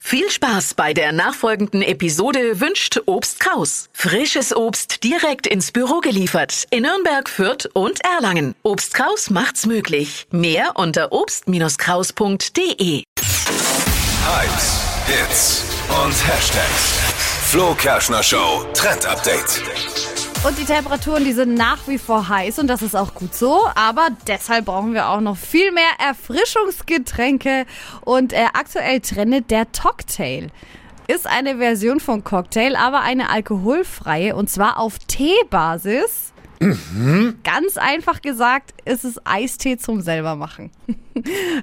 Viel Spaß bei der nachfolgenden Episode wünscht Obst Kraus. Frisches Obst direkt ins Büro geliefert in Nürnberg, Fürth und Erlangen. Obst Kraus macht's möglich. Mehr unter obst-kraus.de. Hypes, Hits und Hashtags. Flo Kerschner Show Trend Update. Und die Temperaturen, die sind nach wie vor heiß und das ist auch gut so. Aber deshalb brauchen wir auch noch viel mehr Erfrischungsgetränke. Und äh, aktuell trendet der Cocktail. Ist eine Version von Cocktail, aber eine alkoholfreie und zwar auf Teebasis. Ganz einfach gesagt, ist es Eistee zum selber machen.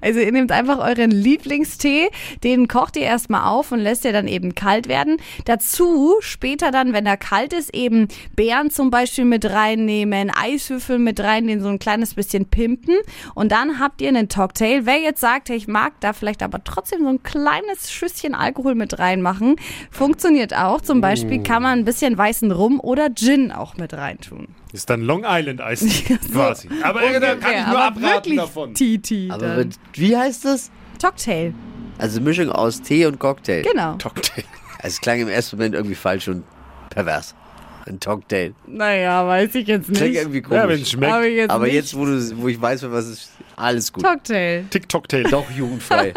Also ihr nehmt einfach euren Lieblingstee, den kocht ihr erstmal auf und lässt ihr dann eben kalt werden. Dazu später dann, wenn er kalt ist, eben Beeren zum Beispiel mit reinnehmen, Eiswürfel mit reinnehmen, so ein kleines bisschen pimpen. Und dann habt ihr einen Cocktail. Wer jetzt sagt, hey, ich mag da vielleicht aber trotzdem so ein kleines Schüsschen Alkohol mit reinmachen, funktioniert auch. Zum Beispiel kann man ein bisschen weißen Rum oder Gin auch mit reintun. Ist dann Long Island Eis quasi. Aber äh, da kann ich Ja, nur aber abraten wirklich davon. Titi. Aber dann. mit, wie heißt das? Cocktail, Also Mischung aus Tee und Cocktail. genau. Cocktail. Also es klang im ersten Moment irgendwie falsch und pervers. Ein Cocktail. Naja, weiß ich jetzt Klingt nicht. irgendwie Ja, wenn komisch. es schmeckt. jetzt Aber nicht. jetzt, wo, du, wo ich weiß, für was es ist, alles gut. Cocktail. TikTok-Tail. Doch jugendfrei.